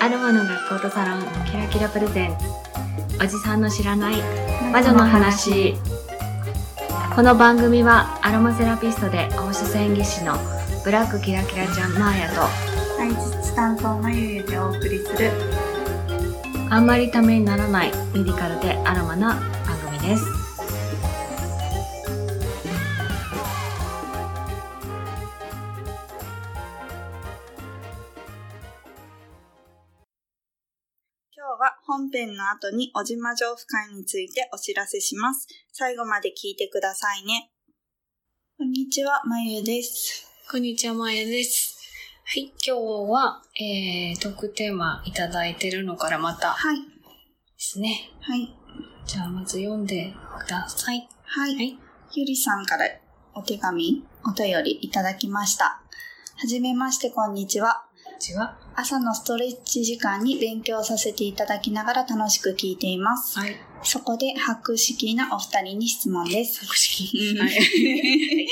アロマの学校とサロンキラキラプレゼンツおじさんの知らない魔女の話この番組はアロマセラピストで放射線技師のブラックキラキラちゃんマーヤと大実担当のゆゆでお送りするあんまりためにならないメディカルでアロマな番組です今日は本編の後に小島城夫会についてお知らせします最後まで聞いてくださいねこんにちはまゆですこんにちは、まえです。はい、今日は、えー、トークテーマいただいてるのからまたではいすね。はいじゃあ、まず読んでください。はい、はいゆりさんからお手紙お便りいただきましたはじめましてこんにちはこんにちは。朝のストレッチ時間に勉強させていただきながら楽しく聞いていますはい。そこで博識なお二人に質問です作式う んはい。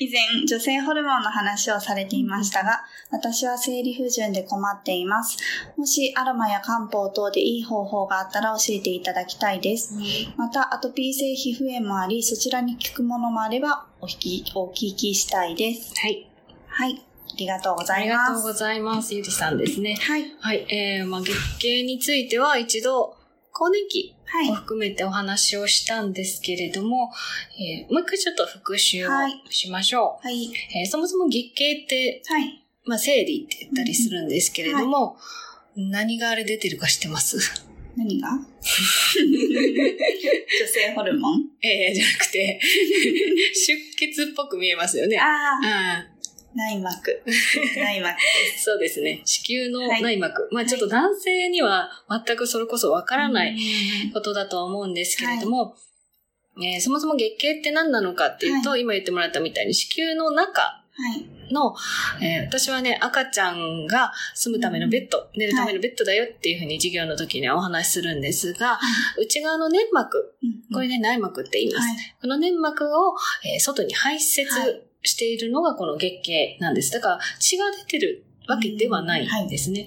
以前、女性ホルモンの話をされていましたが、私は生理不順で困っています。もしアロマや漢方等でいい方法があったら教えていただきたいです。 また、アトピー性皮膚炎もあり、そちらに効くものもあればお聞き、お聞きしたいです。はい。はい。ありがとうござあいります。がとうございます。ゆりさんですね。はい。はい。えー、まあ、月経については一度、更年期はいを。含めてお話をしたんですけれども、えー、もう一回ちょっと復習をはいしましょう。はい。えーそもそも月経ってはい。まあ、生理って言ったりするんですけれども、何があれ出てるか知ってます 何が女性ホルモンええじゃなくて、 出血っぽく見えますよね。ああ、あ内膜。内膜。そうですね。子宮のはい内膜。まあちょっと男性には全くそれこそわからないことだとは思うんですけれども、えーそもそも月経って何なのかっていうと、今言ってもらったみたいに子宮の中はい。の、えー私はね、赤ちゃんが住むためのベッド、寝るためのベッドだよっていうふうに授業の時にはお話しするんですが、内側の粘膜、うんこれね、内膜って言います。はい。この粘膜を、えー外に排泄はいしているのがこの月経なんです。だから血が出てるわけではないんですね。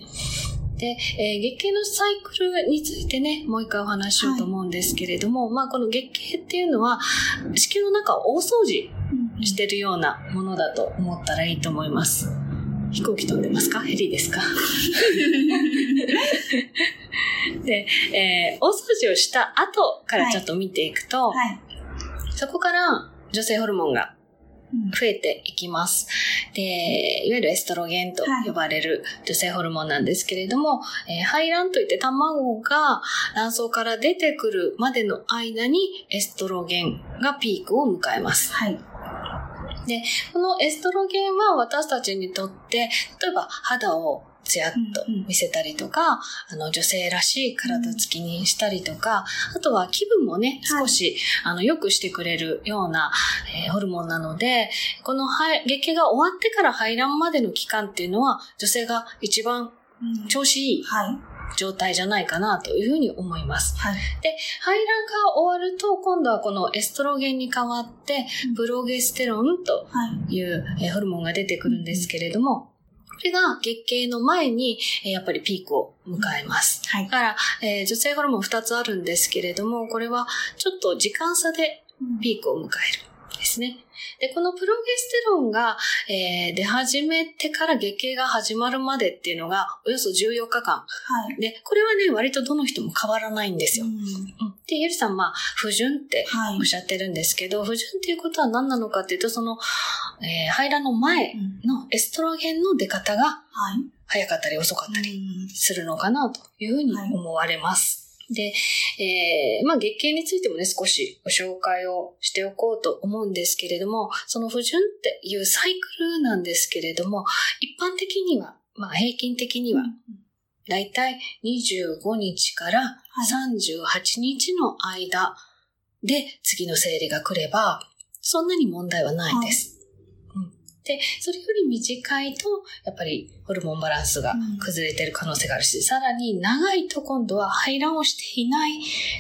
で、えー月経のサイクルについてね、もう一回お話ししようと思うんですけれども、まあこの月経っていうのは、子宮の中を大掃除うんしてるようなものだと思ったらいいと思います。飛行機飛んでますかヘリ ですかで、えー大掃除をした後からちょっと見ていくと、はい。そこから女性ホルモンがうん増えていきます。で、いわゆるエストロゲンとはい呼ばれる女性ホルモンなんですけれども、えー排卵といって卵が卵巣から出てくるまでの間にエストロゲンがピークを迎えます。はい。このエストロゲンは私たちにとって、例えば肌をツヤっと見せたりとか、あの女性らしい体つきにしたりとか、あとは気分もね、は少いし、あの良くしてくれるような、えーホルモンなので、この排月経が終わってから排卵までの期間っていうのは、女性が一番うん調子いいはい。状態じゃないかなというふうに思います。はい。排卵が終わると、今度はこのエストロゲンに代わってうん、プロゲステロンとはい。いう、えーホルモンが出てくるんですけれども、これが月経の前に、えーやっぱりピークを迎えます。はいだ。から、えー女性ホルモン2つあるんですけれども、これはちょっと時間差でピークを迎えるんですね。で、このプロゲステロンが、えー出始めてから月経が始まるまでっていうのがおよそ14日間。はい。で、これはね、割とどの人も変わらないんですよ。うんうんで、ゆりさん、まあ、不順ってはいおっ。しゃってるんですけど、不順っていうことは何なのかっていうと、その、えー排卵の前うんのエストロゲンの出方がはい。早かったり遅かったりうするのかなというふうに思われます。で、えーまあ月経についてもね、少しご紹介をしておこうと思うんですけれども、その不順っていうサイクルなんですけれども、一般的には、まあ平均的には、だいたい25日から38日の間で次の生理が来れば、そんなに問題はないです。うんで、それより短いと、やっぱりホルモンバランスが崩れてる可能性があるし、さらに長いと今度は排卵をしていない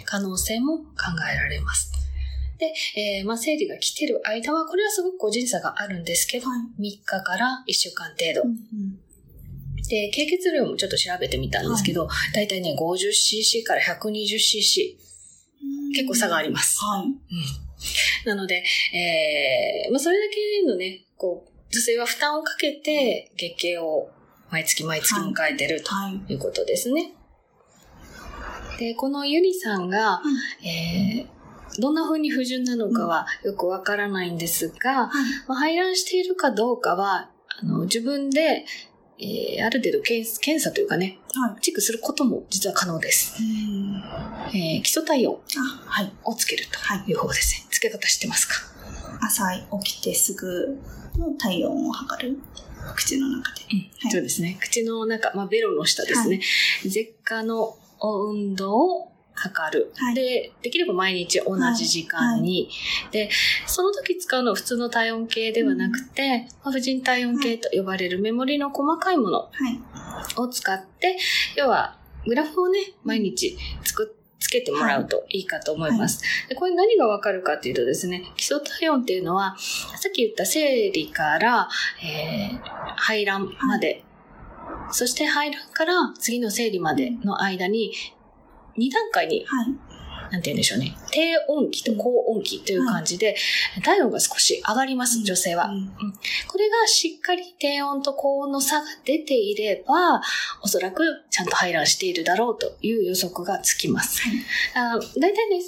可能性も考えられます。で、えーまあ、生理が来てる間は、これはすごく個人差があるんですけど、はい3日から1週間程度んうんで、経血量もちょっと調べてみたんですけど、だいたいね、50cc から 120cc。結構差があります。はい。なので、えー、まあ、それだけのね、こう、女性は負担をかけて、月経を毎月毎月迎えてるとはい。いうことですね。で、このゆりさんが、えーどんな風に不純なのかはよくわからないんですが、はい。まあ、排卵しているかどうかは、あの自分で、えーある程度検検査というかね、はチェックすることも実は可能です。い。うん。えー基礎体温あ、はい。をつけるはいという方法ですね。つけ方知ってますか朝起きてすぐの体温を測る。口の中で。はいそうですね。口の中、まあ、ベロの下ですね。舌下の運動を測る、はいで、できれば毎日同じ時間に、で、その時使うのは普通の体温計ではなくて、まあ婦人体温計と呼ばれるメモリの細かいものはい。を使って、要はグラフをね、毎日つくつけてもらうといいかと思います。でこれ何がわかるかっていうとですね、基礎体温っていうのは、さっき言った生理から、えー排卵まで、そして排卵から次の生理までの間に、2段階に、はい。なんて言うんでしょうね、低温期と高温期という感じで、体温が少し上がります、女性は。うんこれがしっかり低温と高温の差が出ていれば、おそらくちゃんと排卵しているだろうという予測がつきます。はいあの大体ね、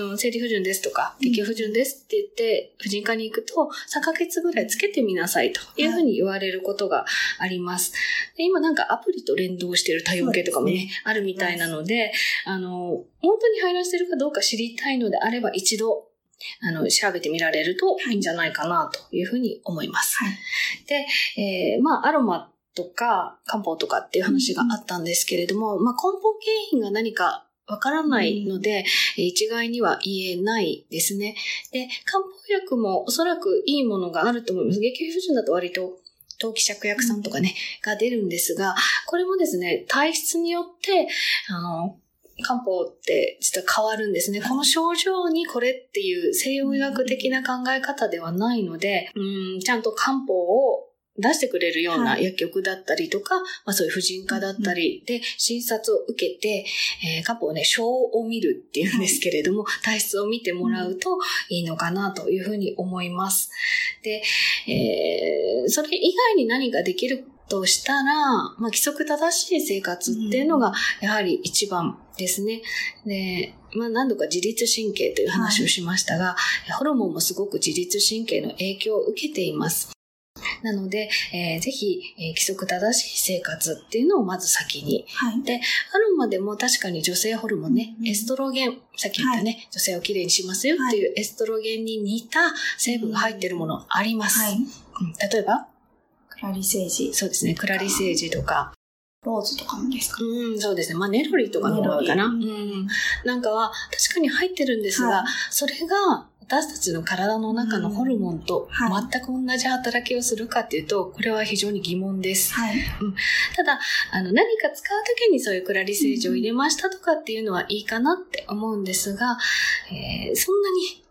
あの生理不順ですとか、うん月経不順ですって言って、婦人科に行くと、3ヶ月ぐらいつけてみなさいというふうに言われることがあります。で今なんかアプリと連動している体温計とかもね、そうであるみたいなので、あの、本当に排卵してるかどうか知りたいのであれば、一度、あの、調べてみられるといいんじゃないかなというふうに思います。はいで、えーまあ、アロマとか漢方とかっていう話があったんですけれども、まあ、根本原因が何かわからないので、えー一概には言えないですね。で、漢方薬もおそらくいいものがあると思います。月経不順だと割と陶器芍薬さんとかね、が出るんですが、これもですね、体質によって、あの、漢方って実は変わるんですね。この症状にこれっていう西洋医学的な考え方ではないので、うん、ちゃんと漢方を出してくれるようなはい薬局だったりとか、まあそういう婦人科だったりで診察を受けて、えー漢方をね、症を見るっていうんですけれども、体質を見てもらうといいのかなというふうに思います。で、えーそれ以外に何ができるとしたら、まあ、規則正しい生活っていうのがやはり一番ですね。で、まあ、何度か自律神経という話をしましたが、ホルモンもすごく自律神経の影響を受けています。なので、えーぜひ、えー規則正しい生活っていうのをまず先にはい。アロマでも確かに女性ホルモンね、うんエストロゲン、さっき言ったね、女性をきれいにしますよっていうエストロゲンに似た成分が入ってるものあります。はい。うん例えば、クラリセージ、そうですね、クラリセージとか、ローズとかもですかうん、そうですね、まあネロリとかの方が多いかな。うネロん、なんかは確かに入ってるんですが、はいそれが私たちの体の中のホルモンとうんはい全く同じ働きをするかっていうと、これは非常に疑問です。はい。ただあの何か使う時にそういうクラリセージを入れましたとかっていうのはいいかなって思うんですが、えーそんなに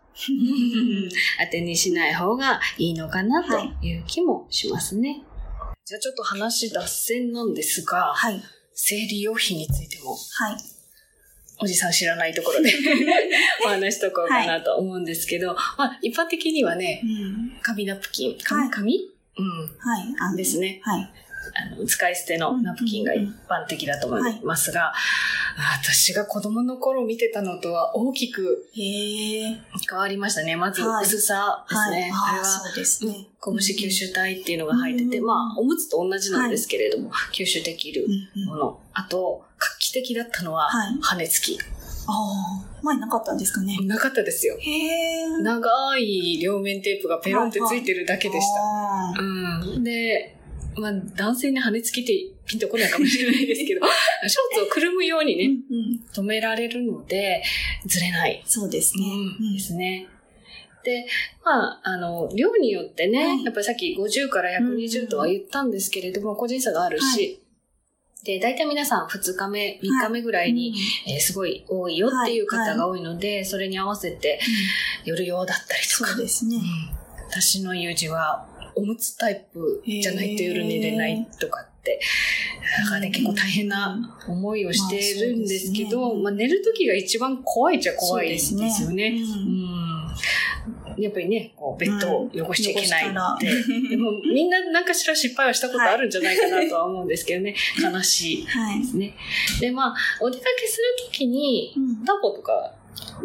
当てにしない方がいいのかなはという気もしますね。じゃあちょっと話脱線なんですが、 はい。生理用品についてもはい。おじさん知らないとこ ろでお話しとこうかなと思うんですけど、まあ一般的にはね、うん。紙ナプキン、は紙、い紙うん。はい。あのですね。はい。あの使い捨てのナプキンが一般的だと思いますが、私が子供の頃見てたのとは大きくへえ。変わりましたね。まずはい薄さですはい。ね。ああれあ、はそうですね。拳吸収体っていうのが入ってて、うんまあおむつと同じなんですけれども、吸収できるうんうん。もの。あと、画期的だったのははい羽根付き。ああ、前なかったんですかね。なかったですよ。へえ。長い両面テープがペロンってついてるだけでした。た。うん。で、まあ、男性に羽根つきってピンとこないかもしれないです けど、ショーツをくるむようにうんね、うん。止められるので、ずれない。そうですね。でうすね。で、まあ、あの、量によってね、はいやっぱりさっき50から120とは言ったんですけれども、個人差があるはし、で、大体皆さん2日目、3日目ぐらいん。に、えーすごい多いよっていう方が多いので、それに合わせてうん夜用だったりとかそう、ですねう。ん私の友人はおむつタイプじゃないと夜寝れないとかって、なんかね、結構大変な思いをしてるんですけまあそうど、ですねまあ寝る時が一番怖いっちゃ怖いですよね。そうですねうんやっぱりね、こうベッドを汚しちゃいけないって。 うんでもみんな何かしら失敗はしたことあるんじゃないかなとは思うんですけどね。 悲しいはいで。すね。で、まあ、お出かけするときに、うんタコとか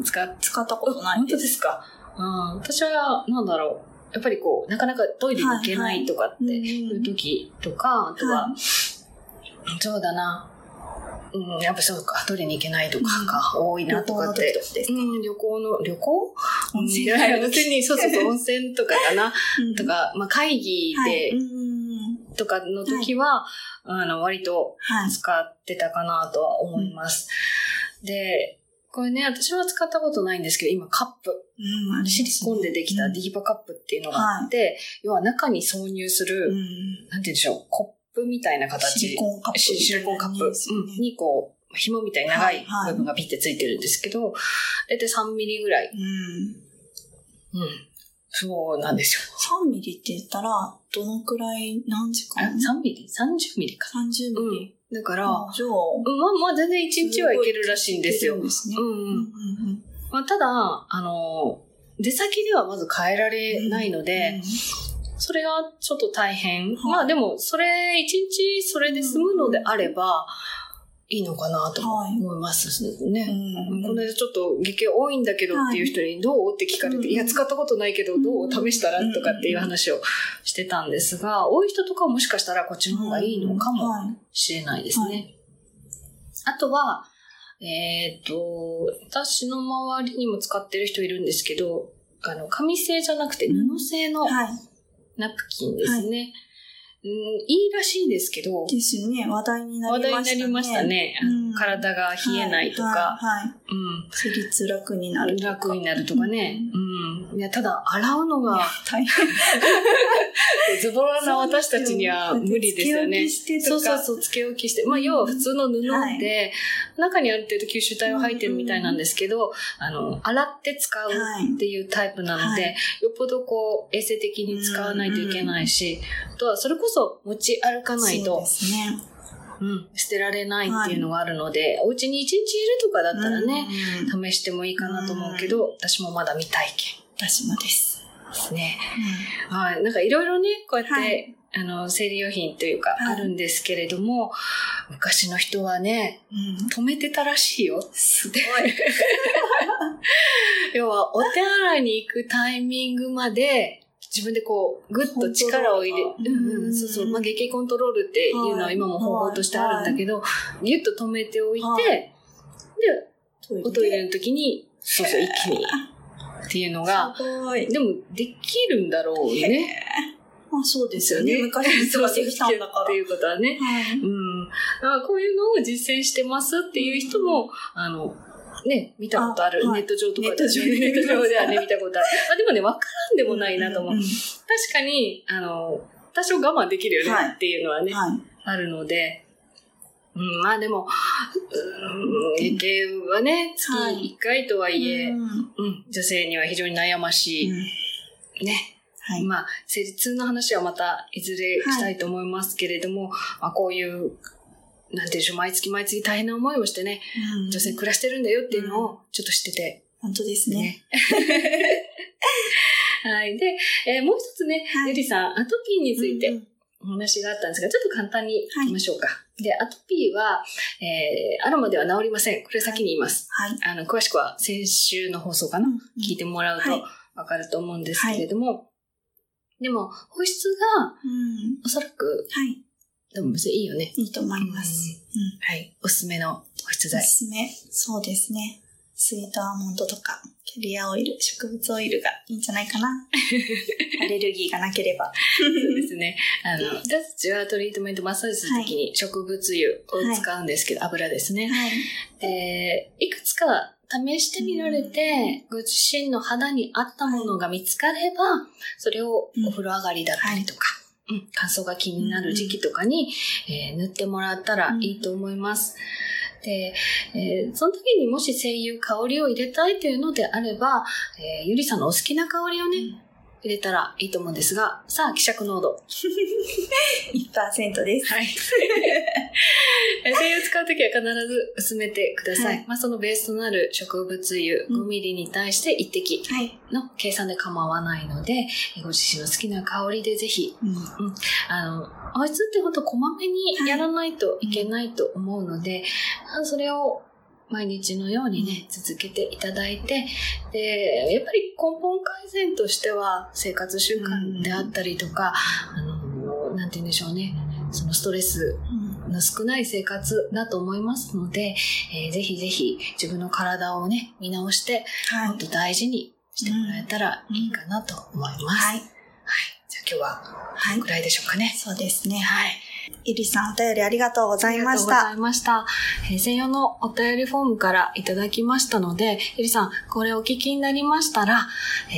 使って、使ったことない本当で。ですすか。うん、私は、なんだろう。やっぱりこう、なかなかトイレに行けないとかっていう時とか、あとは、はそうだな。うん、やっぱそうか、トイレに行けないとかが多いなとかって。うん、旅行の、旅行温泉うんはい温泉に、そうそう そう、温泉とかかな。とかか、まあ、会議はい。でうんとかの時は、あの、割とはい。使ってたかなとは思います。で、これね、私は使ったことないんですけど、今カップ、うんあれシリコンでできたディーバカップっていうのがあって、要は中に挿入する、うんなんて言うんでしょう、コップみたいな形。シリコンカップシシリコンカップ、ですよねうんにこう、紐みたいに長いはいはい部分がピッてついてるんですけど、大体3ミリぐらい。うん。うん。そうなんですよ。 3ミリって言ったら、どのくらい、何時あ間3ミリ ?30 ミリか。 ?30 うミんリ。。だから、あじゃあ、うんまあまあ全然一日はいけるらしいんですよ。ごい効いてるんですねう。うんんううんん。まあ、ただ、あの、出先ではまず変えられないのうんで、それがちょっと大変。はいまあでも、それ、一日それで済むのであれば、いいのかなとはい思いますね。ううんんこの間ちょっと月経多いんだけどっていう人にどうって聞かれうんて、いや、使ったことないけどどう試したらとかっていう話をしてたんですが、多い人とかはもしかしたらこっちの方がいいのかもはいしれないですね。はあとは、えっ、と、私の周りにも使ってる人いるんですけど、あの、紙製じゃなくて布製のはナプキンですね。うん、いいらしいんですけどい。、ですよね。話題にな話りま題したね。になりました。ね。あうんの体が冷えないとか、はい。はいうん生理痛楽に なるとか。楽になるとかね。うん。いや、ただ、洗うのいやが、大変。ズボラな私たちには無理ですよね。そうですそようだそうってそう、つけ置きして。まあ、要は普通の布で、は中にある程度吸収体は入ってるみたいなんですけど、あの、洗って使う付け置きしてとかはい。っていうタイプなので、はいよっぽどこう、衛生的に使わないといけないし、あとはそれこそ持ち歩かないそうとで、すね。うん、捨てられないっていうのがあるので、お家に一日いるとかだったらね、うん。試してもいいかなと思うけど、私もまだ未体験私もです。ですね。うはい、なんかいろいろね、こうやって、はいあの、生理用品というか、はいあるんですけれども、昔の人はね、んうん。止めてたらしいよ。すごい。 要は、お手洗いに行くタイミングまで、自分でこう、ぐっと力を入コントれ、ローうルがんうん、そうそう、まあ、月経コントロールっていうのは今も方法としてあるんだけど、ぎゅっと止めておいて、はいで、トイレおトイレの時に、そうそう、一気に、っていうのが、すごい。でも、できるんだろうね。まあそうですよね。昔に使ってきた んだかっら。ていうことはね。はい。うん、あこういうのを実践してますっていう人も、あの、ね、見たことある。あはいネット上とかネット上でネット上ではね、見たことある。あでもね、わからんででもないなと思う。ん確かに、あの、多少我慢できるよねはいっていうのはね、はい。あるので、うん、まあでも、うん、月経はね、月は1い回とはいえ、うんうんうん、女性には非常に悩ましい、ね、はい。まあ、生理痛の話はまたいずれしたいと思いますけれども、まあ、こういう、なんていうんでしょう、毎月毎月大変な思いをしてね、うん女性暮らしてるんだよっていうのをちょっと知ってて。本当ですね。 はい。で、えーもう一つね、はいゆりさん、アトピーについうんうてんお話があったんですが、ちょっと簡単にいきましょうか。で、アトピーは、えーアロマでは治りません。これ先に言います。はい。あの、詳しくは先週の放送かな。聞いてもらうはといわかると思うんですけれども、でも、保湿がうん。おそらくはい。でも別にいいよね。いいと思います。うん。はい。おすすめの保湿お剤。すすめ。そうですね。スイートアーモンドとか、キャリアオイル、植物オイルがいいんじゃないかな。 アレルギーがなければ。そうですね。あの、私たちはトリートメントマッサージするときに植物油を使うんですけど、油ですね。はい。で、いくつか試してみられて、ご自身の肌に合ったものが見つかれば、それをお風呂上がりだったりとか、うん乾燥が気になる時期とかに、えー塗ってもらったらいいと思います。で、えーその時にもし精油香りを入れたいというのであれば、えーゆりさんのお好きな香りをね、入れたらいいと思うんですが、さあ、希釈濃度。 1%です。 はい。精油使うときは必ず薄めてください。はいまあ、そのベースとなる植物油う5んミリに対して1滴はい。の計算で構わないので、ご自身の好きな香りでぜひ、あの、あいつってほんとこまめにやらないといけないと思うので、あそれを毎日のようにね、続けていただいて、で、やっぱり根本改善としては生活習慣であったりとか、あの、なんて言うんでしょうね、そのストレスの少ない生活だと思いますので、えーぜひぜひ自分の体をね、見直して、はもっと大事にしてもらえたらいいかなと思います。はい。じゃあ今日ははこいのく。らいでしょうかね。そうですね。はい。ゆりさん、お便りありがとうござあいりまがとうしござた。いました。えー専用のお便りフォームからいただきましたので、ゆりさん、これお聞きになりましたら、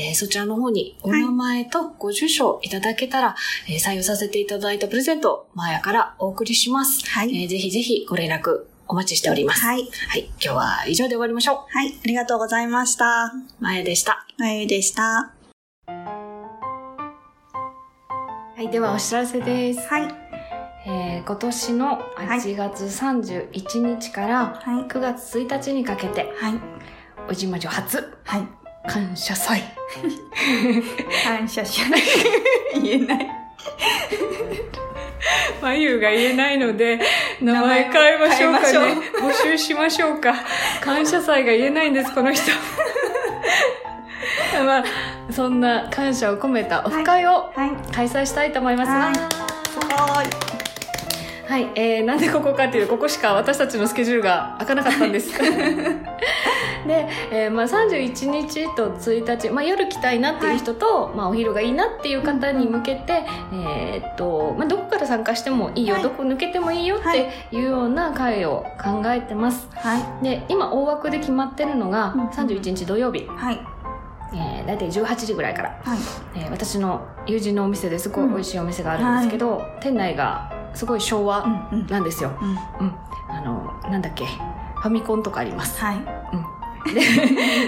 えーそちらの方にお名前とご住所いただけたら、えー採用させていただいたプレゼントをマーヤからお送りします。はい。えーぜひぜひご連絡お待ちしております。はい。はい、今日は以上で終わりましょはい。ありがとうございました。う。マーヤでした。まゆでした。はい、ではお知らせです。はい。えー今年の8月31日からはい。 9月1日にかけて、はい。おじまじょ初はい。感謝祭。感謝しない。言えない。 眉が言えないので、 名前前変えましょうか変えね。募集しましょう か。感謝祭が言えないんです、この人。 まあ、そんな感謝を込めたオフ会をはい。開催したいと思いますが、はいすごーい。はい、えーなんでここかっていうとここしか私たちのスケジュールが開かなかったんです で、えーまあ、31日と1日、まあ、夜来たいなっていう人と、まあ、お昼がいいなっていう方に向けて、えーっとまあ、どこから参加してもいいよ、はいどこ抜けてもいいよっていうような会を考えてますはで今大枠で決まってるのがうん31日土曜日い。、はい。えー、大体18時ぐらいからはい。えー私の友人のお店ですごい美味しいお店があるんですけど、店内がすごい昭和ん。うん。なんですよ、うん。あのなんだっけファミコンとかあります はい。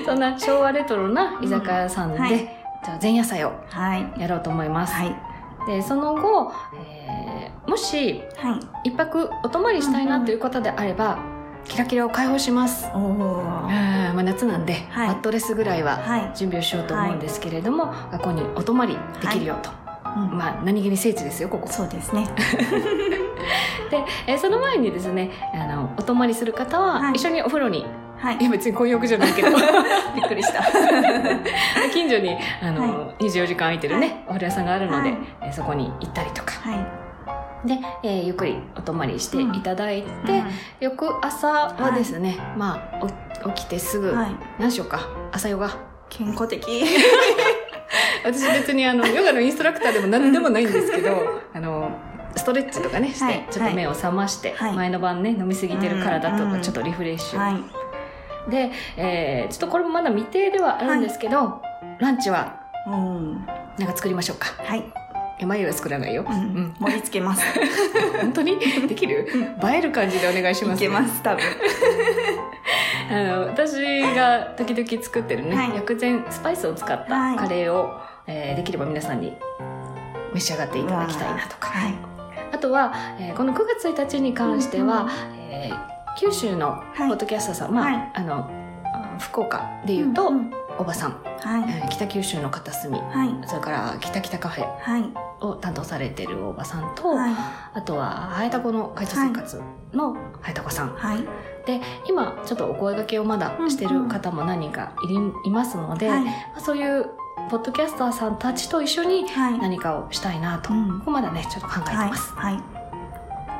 そんな昭和レトロな居酒屋さんで、うんはいじゃあ前夜祭をはい。やろうと思います、はい。でその後、えーもしはい。一泊お泊まりしたいなという方であれば、キラキラを開放します、おうんー。まあ、夏なんで、はいマットレスぐらいははい。準備をしようと思うんですけれども、学校にお泊まりできるよと、うん。まあ何気に聖地ですよここそうですね。で、えーその前にですねあのお泊まりする方ははい一緒にお風呂に、はいい、や。別に混浴じゃないけ どびっくりした。近所にあの、24時間空いてるね、お風呂屋さんがあるので、はいえーそこに行ったりとかはい。で、えーゆっくりお泊まりしていただいて、うん、翌朝はですね、まあお起きてすぐ、はい。何しようか朝ヨガ健康的。私別にあ のヨガのインストラクターでも何でもないんですけどあのストレッチとかねして、はいちょっと目を覚まして、はい前の晩ね飲みすぎてる体うんうとんちょっとリフレッシュ、はい。で、えーちょっとこれもまだ未定ではあるんですけど、ランチはうん。なんか作りましょうかはい。いや眉は作らないよう、ん。盛り付け ます。本当 にできる映える感じでお願いしまいすけます、多分。あの私が時々作ってるね、はい薬膳スパイスを使ったはいカレーを、えーできれば皆さんに召し上がっていただきたいなとか、はい。あとは、えーこの9月1日に関しては、うんえー九州のポッドキャスターさん、はいまあ、あのあ福岡でいうと、んおばさん、はい。えー北九州の片隅はい。それから北北カフェはい。を担当されてるおばさんと、はい。あとはハエタコの会長生活のハエタコさん、はい。で今ちょっとお声掛けをまだしてる方も何人かいりいますので、はい。まあ、そういうポッドキャスターさんたちと一緒にはい。何かをしたいなと、うんここまだねちょっと考えてはい。ます。はい。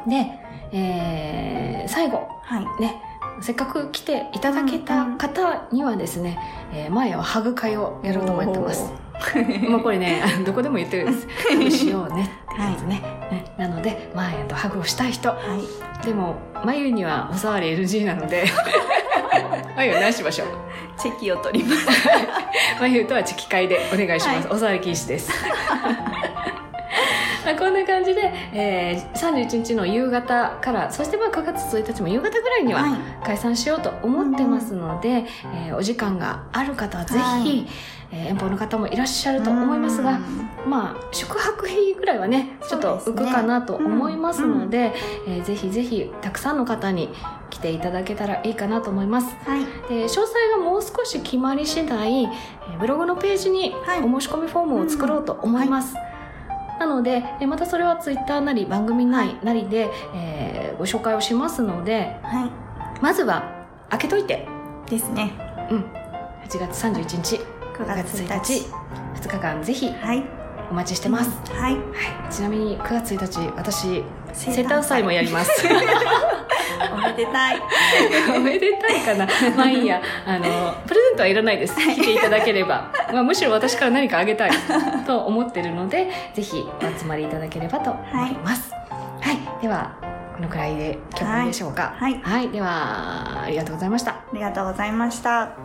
で、えー最後はい。ねせっかく来ていただけた方にはですね、えー、マーヤはハグ会をやろうと思ってます。まあこれね あのどこでも言ってるん です。ハグしようねってやつね。ねなのでマーヤとハグをしたい人は い。でも眉にはお触り NG なの で眉は何しましょうチェキを取ります。眉とはチェキ会でお願いします、 はお触り禁止ですまああこんな感じで、えー、31日の夕方からそしてまあ9月1日も夕方ぐらいにはは解散しようと思ってますので、えーお時間がある方はぜひ、はいえー遠方の方もいらっしゃいると思いますが、うんまあ宿泊費ぐらいはねちょっとそう浮でくすねかなと思いますのでえーぜひぜひたくさんの方に来ていただけたらいいかなと思いますはい、で詳細がもう少し決まり次第えーブログのページにはいお申し込みフォームを作ろうと思います、なのでえーまたそれはツイッターなり番組内なりで、えーご紹介をしますのではまずは開けといてい、ですね。 8月31日9 9月1日。2日間ぜひはい、お待ちしてます、ははい、い、ちなみに9月1日私生生誕祭もやります おめでたい。おめでたいかなまあい いやあのプレゼントはいらないです来ていただければ、まあ、むしろ私から何かあげたいと思ってるのでぜひお集まりいただければと思いますはい、ではこのくらいで今日もいいでしょうかはいはい、ではありがとうございましたありがとうございました。